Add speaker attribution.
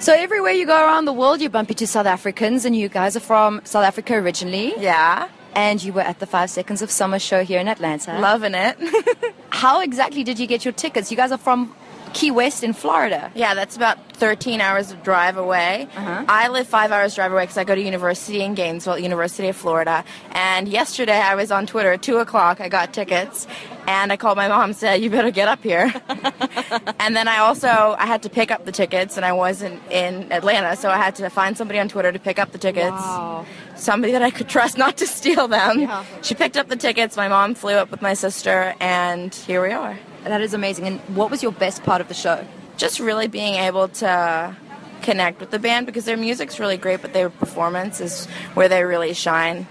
Speaker 1: So everywhere you go around the world, you bump into South Africans, and you guys are from South Africa originally.
Speaker 2: Yeah.
Speaker 1: And you were at the Five Seconds of Summer show here in Atlanta.
Speaker 2: Loving it.
Speaker 1: How exactly did you get your tickets? You guys are from Key West in Florida.
Speaker 2: yeah, that's about 13 hours of drive away. I live five hours drive away because I go to university in Gainesville, University of Florida. And yesterday I was on Twitter at 2 o'clock. I got tickets. And I called my mom and said, you better get up here. and then I also, I had to pick up the tickets and I wasn't in Atlanta. So I had to find somebody on Twitter to pick up the tickets.
Speaker 1: Wow.
Speaker 2: somebody that I could trust not to steal them.
Speaker 1: Yeah.
Speaker 2: She picked up the tickets. My mom flew up with my sister, and here we are.
Speaker 1: That is amazing. And what was your best part of the show?
Speaker 2: Just really being able to connect with the band because their music's really great, but their performance is where they really shine.